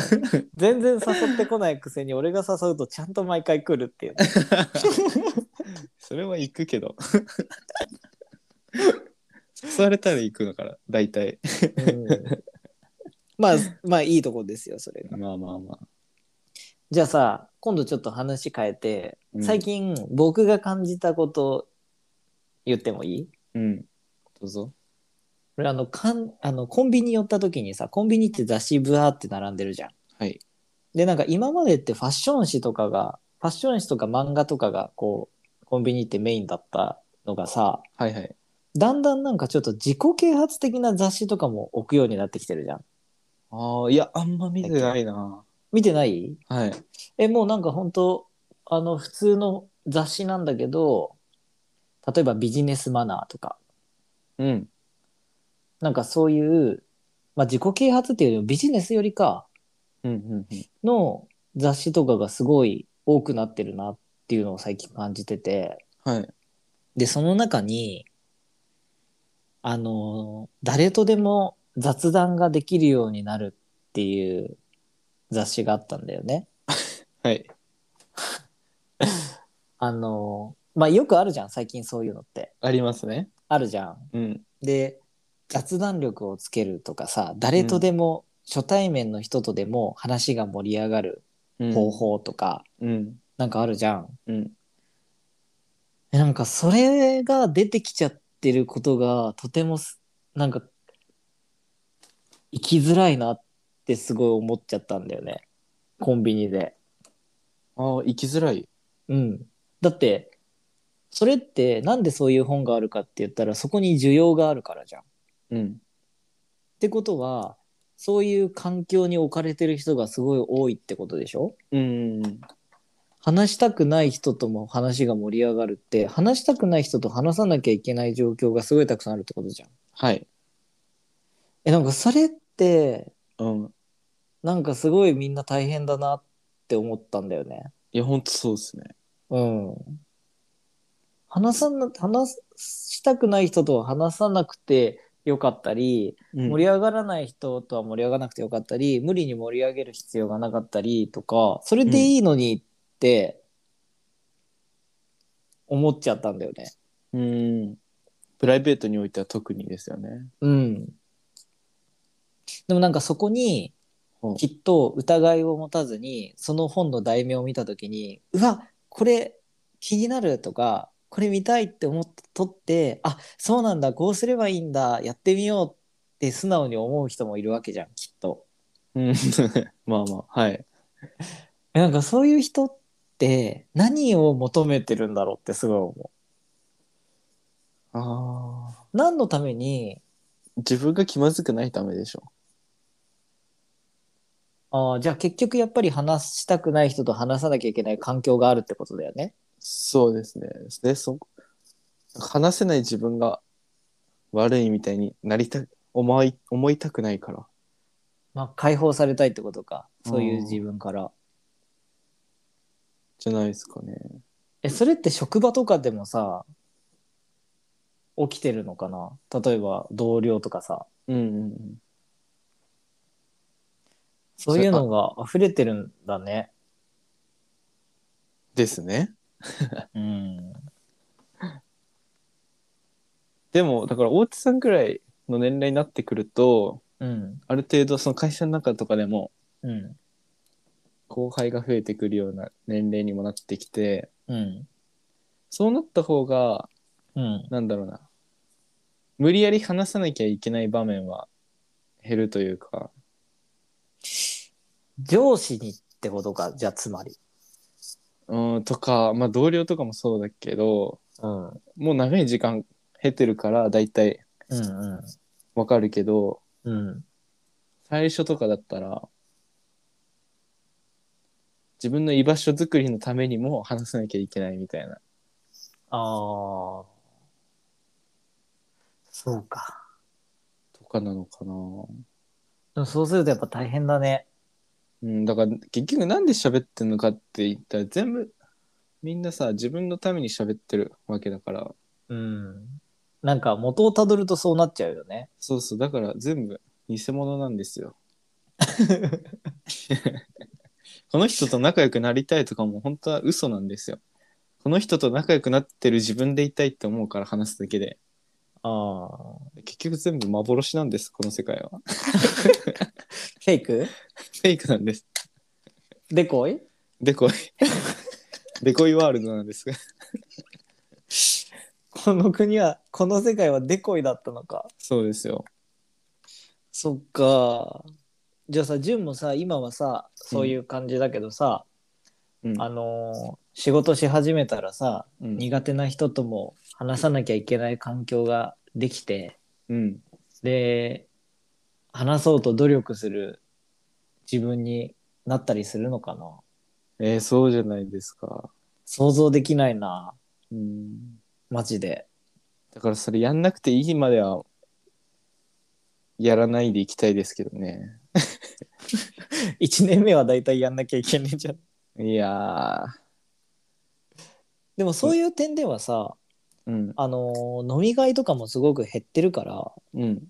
Speaker 1: 全然誘ってこないくせに俺が誘うとちゃんと毎回来るっていうね、
Speaker 2: それは行くけど誘われたら行くのから大体
Speaker 1: うんまあまあいいとこですよそれが
Speaker 2: まあまあまあ
Speaker 1: じゃあさ今度ちょっと話変えて
Speaker 2: うん
Speaker 1: 最近僕が感じたこと言ってもいい
Speaker 2: うんどうぞ
Speaker 1: 俺あのかんあのコンビニ寄った時にさコンビニって雑誌ブワーって並んでるじゃん
Speaker 2: はい
Speaker 1: でなんか今までってファッション誌とかがファッション誌とか漫画とかがこうコンビニってメインだったのがさ
Speaker 2: はいはい
Speaker 1: だんだんなんかちょっと自己啓発的な雑誌とかも置くようになってきてるじゃん。
Speaker 2: ああいやあんま見てないな
Speaker 1: 見てない
Speaker 2: はい
Speaker 1: え、もうなんか本当あの、普通の雑誌なんだけど、例えばビジネスマナーとか、
Speaker 2: うん
Speaker 1: なんかそういう、まあ自己啓発っていうよりもビジネスよりか
Speaker 2: うんうんうん
Speaker 1: の雑誌とかがすごい多くなってるなっていうのを最近感じてて、
Speaker 2: はい
Speaker 1: で、その中に、あの、誰とでも雑談ができるようになるっていう雑誌があったんだよね。
Speaker 2: はい
Speaker 1: あの、まあ、よくあるじゃん、最近そういうのって。
Speaker 2: ありますね
Speaker 1: あるじゃん。
Speaker 2: うん
Speaker 1: で、雑談力をつけるとかさ、誰とでも、初対面の人とでも話が盛り上がる
Speaker 2: うん
Speaker 1: 方法とか、
Speaker 2: うん
Speaker 1: なんかあるじゃん。
Speaker 2: うん
Speaker 1: えなんかそれが出てきちゃってることが、とてもす、なんか、生きづらいなってすごい思っちゃったんだよね。コンビニで。
Speaker 2: ああ生きづらい
Speaker 1: うん。だって、それってなんでそういう本があるかって言ったらそこに需要があるからじゃん。っ
Speaker 2: うん
Speaker 1: てことは、そういう環境に置かれてる人がすごい多いってことでしょ
Speaker 2: うん
Speaker 1: 話したくない人とも話が盛り上がるって、話したくない人と話さなきゃいけない状況がすごいたくさんあるってことじゃん。
Speaker 2: はい
Speaker 1: え、なんかそれって、
Speaker 2: うん
Speaker 1: なんかすごいみんな大変だなって思ったんだよね。
Speaker 2: いやほんとそうですね
Speaker 1: うん。話さな、話したくない人とは話さなくてよかったり、盛り上がらない人とは盛り上がらなくてよかったり、無理に盛り上げる必要がなかったりとか、それでいいのにって思っちゃったんだよね。
Speaker 2: うんプライベートにおいては特にですよね
Speaker 1: うん。でもなんかそこに、
Speaker 2: うん
Speaker 1: きっと疑いを持たずにその本の題名を見た時にうわこれ気になるとかこれ見たいって思って撮ってあそうなんだこうすればいいんだやってみようって素直に思う人もいるわけじゃんきっと。
Speaker 2: うん まあまあはい
Speaker 1: えなんかそういう人って何を求めてるんだろうってすごい思
Speaker 2: ああ
Speaker 1: う。何のために
Speaker 2: 自分が気まずくないためでしょ
Speaker 1: あーじゃあ結局やっぱり話したくない人と話さなきゃいけない環境があるってことだよね。
Speaker 2: そうですねでそ話せない自分が悪いみたいになりた思い思いたくないから
Speaker 1: まあ、解放されたいってことかそういう自分から。
Speaker 2: じゃないですかね
Speaker 1: えそれって職場とかでもさ起きてるのかな例えば同僚とかさ
Speaker 2: うんうんうん。
Speaker 1: そういうのが溢れてるんだね
Speaker 2: ですね。
Speaker 1: うん
Speaker 2: でも、だから大津さんくらいの年齢になってくると、
Speaker 1: うん
Speaker 2: ある程度その会社の中とかでも
Speaker 1: うん
Speaker 2: 後輩が増えてくるような年齢にもなってきて、
Speaker 1: うん
Speaker 2: そうなった方が、
Speaker 1: うん
Speaker 2: なんだろうな。無理やり話さなきゃいけない場面は減るというか、
Speaker 1: 上司にってことかじゃあつまり
Speaker 2: うん、とか、まあ同僚とかもそうだけど、
Speaker 1: うんうん
Speaker 2: もう長い時間経てるから大体
Speaker 1: うん
Speaker 2: わかるけど、
Speaker 1: うん
Speaker 2: 最初とかだったら、自分の居場所作りのためにも話さなきゃいけないみたいな。
Speaker 1: ああそうか
Speaker 2: とかなのかな。
Speaker 1: でもそうするとやっぱ大変だね
Speaker 2: うん、だから結局なんで喋ってんのかって言ったら全部みんなさ自分のために喋ってるわけだから
Speaker 1: うんなんか元をたどるとそうなっちゃうよね
Speaker 2: そうそうだから全部偽物なんです よこの人と仲良くなりたいとかも本当は嘘なんですよこの人と仲良くなってる自分でいたいって思うから話すだけで
Speaker 1: ああ
Speaker 2: 結局全部幻なんですこの世界は
Speaker 1: フ ェイク
Speaker 2: フェイクなんです
Speaker 1: デコイ
Speaker 2: デコイデコイワールドなんです が
Speaker 1: この国はこの世界はデコイだったのか
Speaker 2: そうですよ
Speaker 1: そっかじゃあさ潤もさ今はさそういう感じだけどさ、
Speaker 2: うん
Speaker 1: あのー仕事し始めたらさ
Speaker 2: うん
Speaker 1: 苦手な人とも話さなきゃいけない環境ができて
Speaker 2: うん
Speaker 1: で話そうと努力する自分になったりするのかな
Speaker 2: えー、そうじゃないですか。
Speaker 1: 想像できないな
Speaker 2: うん。
Speaker 1: マジで
Speaker 2: だからそれやんなくていいまでは、やらないでいきたいですけどね。
Speaker 1: 1年目はだいたいやんなきゃいけないじゃ ん
Speaker 2: いや
Speaker 1: でもそういう点ではさ、
Speaker 2: ー、うん、
Speaker 1: あのー飲み会とかもすごく減ってるから
Speaker 2: うん。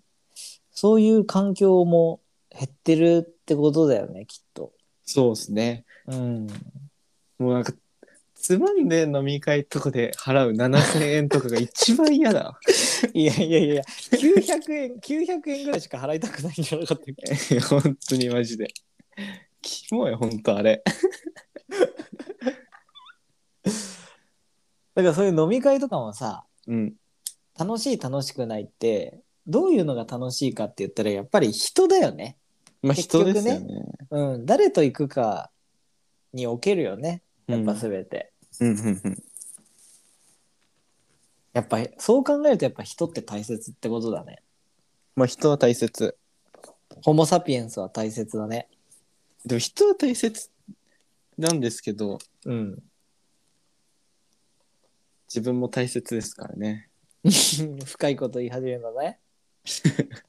Speaker 1: そういう環境も減ってるってことだよねきっと。
Speaker 2: そうですね。
Speaker 1: うん、
Speaker 2: もうなんか、つまんで飲み会とかで払う7000円とかが一番嫌だ。
Speaker 1: いやいやいや900円900円ぐらいしか払いたくないんじゃなかったっけ
Speaker 2: 本当にマジで。キモい、本当あれ。
Speaker 1: だからそういう飲み会とかもさ
Speaker 2: うん。
Speaker 1: 楽しい楽しくないってどういうのが楽しいかって言ったらやっぱり人だよね。
Speaker 2: まあ
Speaker 1: 結
Speaker 2: 人
Speaker 1: 局ね
Speaker 2: ですよね。
Speaker 1: うん、誰と行くかにおけるよねやっぱ
Speaker 2: うん
Speaker 1: 全て。
Speaker 2: うんうんうん。
Speaker 1: やっぱそう考えるとやっぱ人って大切ってことだね。
Speaker 2: まあ人は大切。
Speaker 1: ホモ・サピエンスは大切だね。
Speaker 2: でも人は大切なんですけど、
Speaker 1: うん。
Speaker 2: 自分も大切ですからね。
Speaker 1: 深いこと言い始めるのね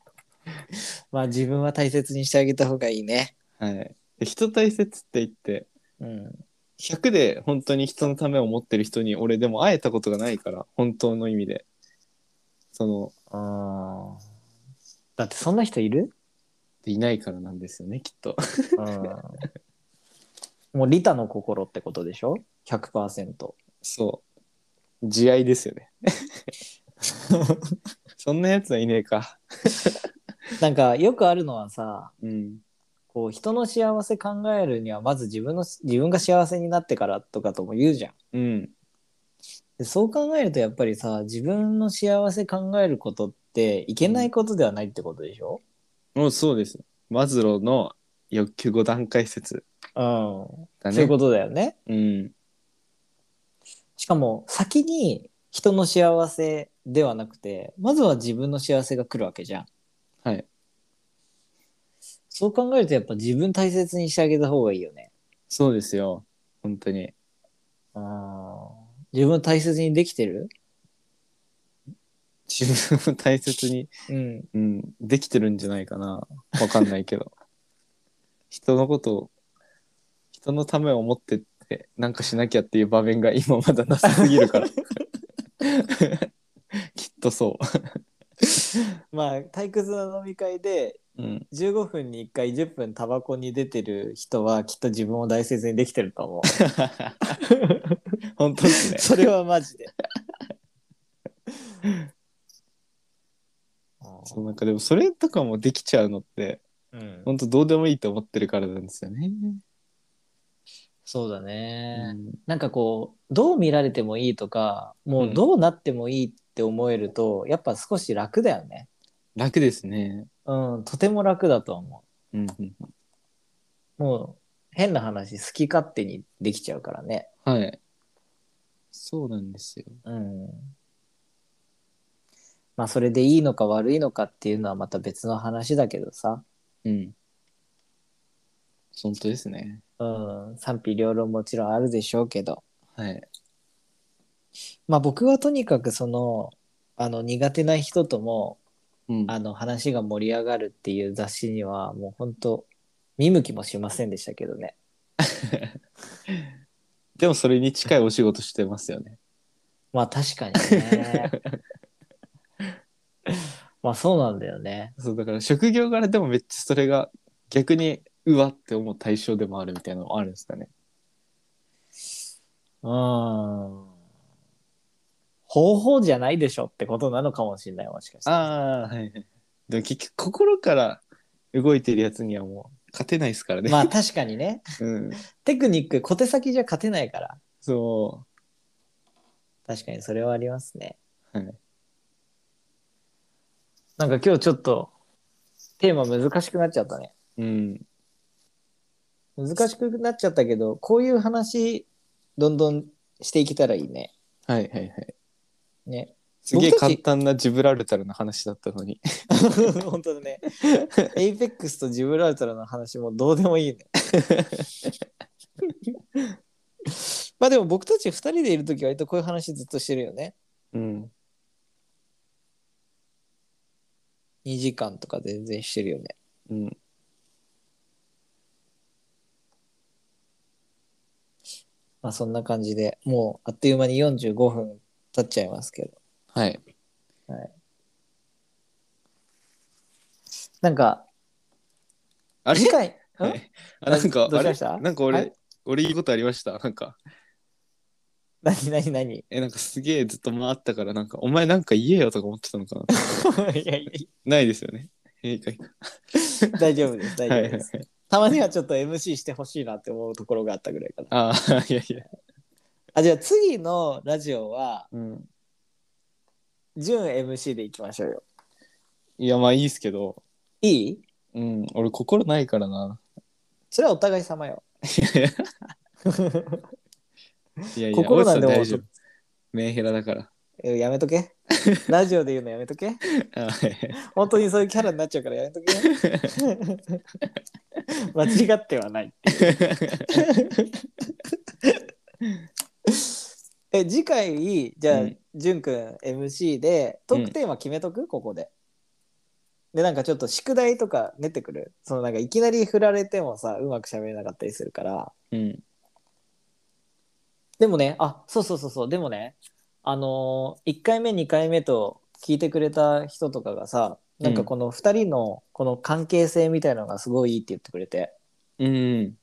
Speaker 1: まあ自分は大切にしてあげた方がいいね
Speaker 2: はい。で人大切って言って、
Speaker 1: うん
Speaker 2: 100で本当に人のためを思ってる人に俺でも会えたことがないから、本当の意味で。その、
Speaker 1: あだってそんな人い る、
Speaker 2: いないからなんですよね、きっと。
Speaker 1: うん、もう利他の心ってことでしょ100%
Speaker 2: そう。慈愛ですよね。 そんなやつはいねえか。
Speaker 1: なんかよくあるのはさ
Speaker 2: うん。
Speaker 1: こう人の幸せ考えるにはまず自分の自分が幸せになってからとかとも言うじゃん
Speaker 2: うん。
Speaker 1: でそう考えるとやっぱりさ自分の幸せ考えることっていけないことではないってことでしょ、
Speaker 2: もうそうです。マズローの欲求5段階説
Speaker 1: うん、
Speaker 2: だね。
Speaker 1: そういうことだよね。
Speaker 2: うん。
Speaker 1: しかも先に人の幸せではなくてまずは自分の幸せが来るわけじゃん。
Speaker 2: はい。
Speaker 1: そう考えるとやっぱ自分大切にしてあげた方がいいよね。
Speaker 2: そうですよ。本当に。
Speaker 1: あ自分大切にできてる
Speaker 2: 自分を大切に、
Speaker 1: うん。
Speaker 2: うん、できてるんじゃないかな。わかんないけど。 人のことを、人のためを思ってって、なん かしなきゃっていう場面が今まだなさすぎるから。きっとそ
Speaker 1: まあ退屈な飲み会で
Speaker 2: う。 うん。
Speaker 1: 15分に1回10分タバコに出てる人はきっと自分を大切にできてると思う
Speaker 2: 本当ですね。
Speaker 1: それはマ ジで
Speaker 2: そうなんかでもそれとかもできちゃうのって
Speaker 1: うん
Speaker 2: 本当どうでもいいと思ってるからなんですよね。
Speaker 1: そうだね、
Speaker 2: うん
Speaker 1: なんかこうどう見られてもいいとかもううんどうなってもいいって思えると、やっぱ少し楽だよね
Speaker 2: 楽ですね。
Speaker 1: うんとても楽だと思
Speaker 2: うんうん、
Speaker 1: うもう変な話好き勝手にできちゃうからね
Speaker 2: はい。そうなんですよ。
Speaker 1: うんまあそれでいいのか悪いのかっていうのはまた別の話だけどさ、
Speaker 2: うん。本当ですね。
Speaker 1: うん、賛否両論もちろんあるでしょうけど
Speaker 2: はい。
Speaker 1: まあ僕はとにかくそのあの苦手な人とも
Speaker 2: うん、
Speaker 1: あの話が盛り上がるっていう雑誌にはもう本当見向きもしませんでしたけどね
Speaker 2: でもそれに近いお仕事してますよね。
Speaker 1: まあ確かにね まあそうなんだよね
Speaker 2: そうだから職業柄でもめっちゃそれが逆にうわって思う対象でもあるみたいなのもあるんですかね。
Speaker 1: うん方法じゃないでしょってことなのかもしれないもしかして
Speaker 2: ああ、はいはい。でも結局心から動いてるやつにはもう勝てないですからね。
Speaker 1: まあ確かにね
Speaker 2: うん。
Speaker 1: テクニック小手先じゃ勝てないから
Speaker 2: そ
Speaker 1: 確かにそれはありますね
Speaker 2: う。はい。
Speaker 1: なんか今日ちょっとテーマ難しくなっちゃったね
Speaker 2: うん。
Speaker 1: 難しくなっちゃったけどこういう話どんどんしていけたらいいね
Speaker 2: はいはいはい。
Speaker 1: ね
Speaker 2: すげえ
Speaker 1: 僕た
Speaker 2: 簡
Speaker 1: ち
Speaker 2: 単なジブラルタルの話だったのに。
Speaker 1: 本当だ ねエイペックスとジブラルタルの話もどうでもいいね まあでも僕たち2人でいる時割とこういう話ずっとしてるよね
Speaker 2: うん。
Speaker 1: 2時間とか全然してるよね
Speaker 2: うん。
Speaker 1: まあそんな感じでもうあっという間に45分経っちゃいますけど
Speaker 2: はい。
Speaker 1: なんか
Speaker 2: あれ
Speaker 1: 次回ん
Speaker 2: はいあなんか、
Speaker 1: どう
Speaker 2: あ
Speaker 1: し
Speaker 2: れ
Speaker 1: ました
Speaker 2: なんか俺、
Speaker 1: はい
Speaker 2: 俺いいことありましたなんか、
Speaker 1: 何何何 い
Speaker 2: え、なんかすげえずっと回ったから、なんか、お前なんか言えよとか思ってたのかな
Speaker 1: やいや
Speaker 2: ないですよね。えいかいか
Speaker 1: 大丈夫です大
Speaker 2: は
Speaker 1: 丈夫
Speaker 2: いはいは
Speaker 1: で
Speaker 2: い
Speaker 1: す、。たまにはちょっと MC してほしいなって思うところがあったぐらいかな
Speaker 2: ああ、いやいや。
Speaker 1: あじゃあ次のラジオは
Speaker 2: うん。
Speaker 1: 準 MC でいきましょうよ
Speaker 2: いや、まあいいですけど、
Speaker 1: いい
Speaker 2: うん、俺心ないからな。
Speaker 1: それはお互い様よ
Speaker 2: いやいや、
Speaker 1: 心なんで
Speaker 2: 大
Speaker 1: も
Speaker 2: 内さん大丈夫。メンヘラだ から。
Speaker 1: えやめとけラジオで言うのやめとけ
Speaker 2: あはいはい
Speaker 1: 本当にそういうキャラになっちゃうからやめとけ 間違ってはない え次回じゃあ、
Speaker 2: うん
Speaker 1: じゅんくん MC でトークテーマ決めとく、ここで。でなんかちょっと宿題とか出てくるそのなんかいきなり振られてもさうまく喋れなかったりするから
Speaker 2: うん。
Speaker 1: でもねあそうそうそうそうでもねあのー、1回目2回目と聞いてくれた人とかがさなんかこの2人のこの関係性みたいなのがすごいいいって言ってくれて。
Speaker 2: うん。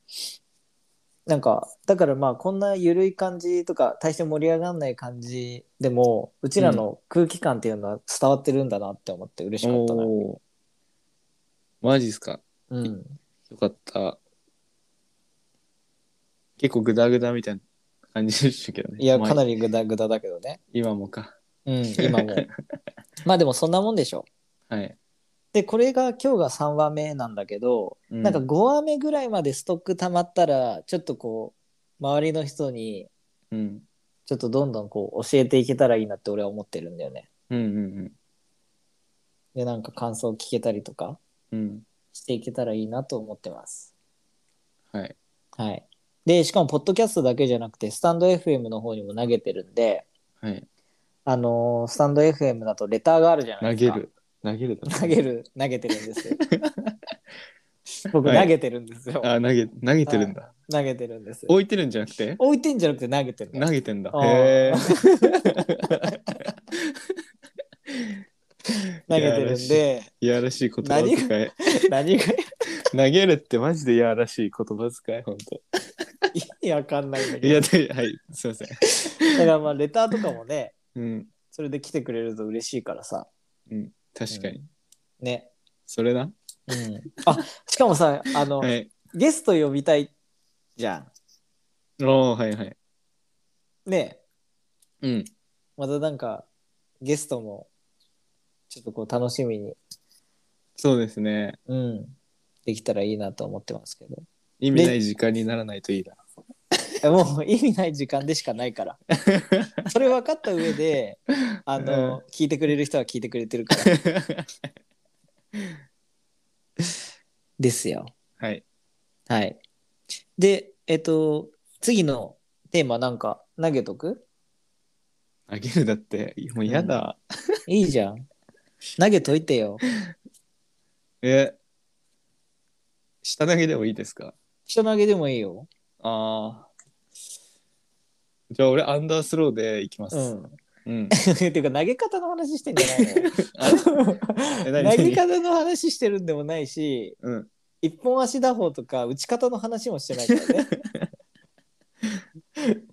Speaker 1: なんかだからまあこんな緩い感じとか大して盛り上がんない感じでもうちらの空気感っていうのは伝わってるんだなって思って嬉しかったな、
Speaker 2: おーマジっすか。
Speaker 1: うん、
Speaker 2: よかった。結構グダグダみたいな感じでしたけどね。
Speaker 1: いや
Speaker 2: まあ
Speaker 1: かなりグダグダだけどね、
Speaker 2: 今もか。
Speaker 1: うん、今 もまあでもそんなもんでしょ
Speaker 2: はい。
Speaker 1: でこれが今日が3話目なんだけど、
Speaker 2: う
Speaker 1: なんか5話目ぐらいまでストック溜まったらちょっとこう周りの人に
Speaker 2: うん。
Speaker 1: ちょっとどんどんこう教えていけたらいいなって俺は思ってるんだよね
Speaker 2: うんうん
Speaker 1: でなんか感想聞けたりとか
Speaker 2: うん。うん。
Speaker 1: していけたらいいなと思ってます
Speaker 2: はい。
Speaker 1: はい。で、しかも、ポッドキャストだけじゃなくて、スタンド FM の方にも投げてるんで、
Speaker 2: はい。
Speaker 1: あのースタンド FM だとレターがあるじゃな
Speaker 2: 投
Speaker 1: いです
Speaker 2: げ
Speaker 1: か。
Speaker 2: る。投げるだ
Speaker 1: 投げる、投げてるんです よ。僕、
Speaker 2: はい
Speaker 1: 投げてるんですよ。
Speaker 2: あ、投げ、投げてるんだ。
Speaker 1: 投げてるんです。
Speaker 2: 置いてるんじゃなくて
Speaker 1: 置いてんじゃなくて投げてるの
Speaker 2: 投げてんだ
Speaker 1: あ。ー
Speaker 2: へえ。
Speaker 1: 投げてるんで
Speaker 2: いやらしい言葉遣い。
Speaker 1: 何が
Speaker 2: 投げるってマジでいやらしい言葉遣い、本
Speaker 1: 意味わかんないんだ
Speaker 2: 当。
Speaker 1: け
Speaker 2: い
Speaker 1: ど
Speaker 2: や、ではい、すいません。
Speaker 1: だからまあレターとかもね
Speaker 2: うん、
Speaker 1: それで来てくれると嬉しいからさ
Speaker 2: うん、確かに。
Speaker 1: ね、
Speaker 2: それな。
Speaker 1: うん、あしかもさあの、
Speaker 2: はい。
Speaker 1: ゲスト呼びたいじゃ
Speaker 2: おー、はいはい。
Speaker 1: んね
Speaker 2: うん。
Speaker 1: またなんかゲストもちょっとこう楽しみに、
Speaker 2: そうですね。
Speaker 1: うん、できたらいいなと思ってますけど
Speaker 2: 意味ない時間にならないといいな。
Speaker 1: えもう意味ない時間でしかない からそれ分かった上であの、
Speaker 2: う
Speaker 1: 聞いてくれる人は聞いてくれてるから ですよ
Speaker 2: はい。
Speaker 1: はいでえっと次のテーマなんか投げとく
Speaker 2: 投げるだって、もう嫌だ。
Speaker 1: いいじゃん投げといてよ
Speaker 2: え、下投げでもいいですか
Speaker 1: 人投げでもいいよ
Speaker 2: ああ。じゃあ俺、アンダースローでいきます。
Speaker 1: うん
Speaker 2: う
Speaker 1: っ
Speaker 2: ん。
Speaker 1: ていうか投げ方の話してんじゃないのよ
Speaker 2: あ え何
Speaker 1: 投
Speaker 2: 何
Speaker 1: げ方の話してるんでもないし
Speaker 2: うん。
Speaker 1: 一本足打法とか打ち方の話もしてない からね、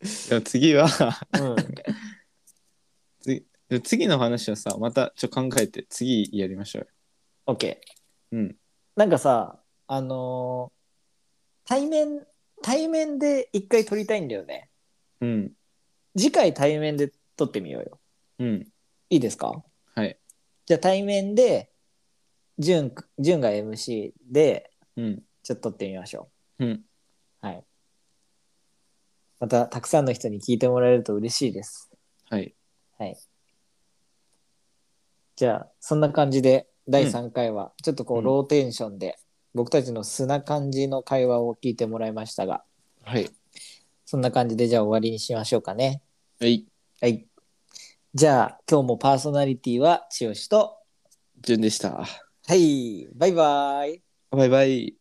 Speaker 2: じゃあ次は、
Speaker 1: うん、
Speaker 2: 次次の話はさ、またちょっと考えて、次やりましょうよ。
Speaker 1: OK
Speaker 2: うん。
Speaker 1: なんかさあのー対面対面で一回撮りたいんだよね
Speaker 2: うん。
Speaker 1: 次回対面で撮ってみようよ
Speaker 2: うん。
Speaker 1: いいですか
Speaker 2: はい。
Speaker 1: じゃあ対面でじゅんじゅんが MC で
Speaker 2: うん。
Speaker 1: ちょっと撮ってみましょ
Speaker 2: うん。
Speaker 1: うはいまたたくさんの人に聞いてもらえると嬉しいです
Speaker 2: はい。
Speaker 1: はい。じゃあ、そんな感じで、第3回は、ちょっとこう、
Speaker 2: うん
Speaker 1: ローテンションで、僕たちの素な感じの会話を聞いてもらいましたが、
Speaker 2: はい。
Speaker 1: そんな感じで、じゃあ終わりにしましょうかね。
Speaker 2: はい。
Speaker 1: はい。じゃあ、今日もパーソナリティは、千代と、
Speaker 2: 順でした。
Speaker 1: はい、バイバイ。
Speaker 2: バイバイ。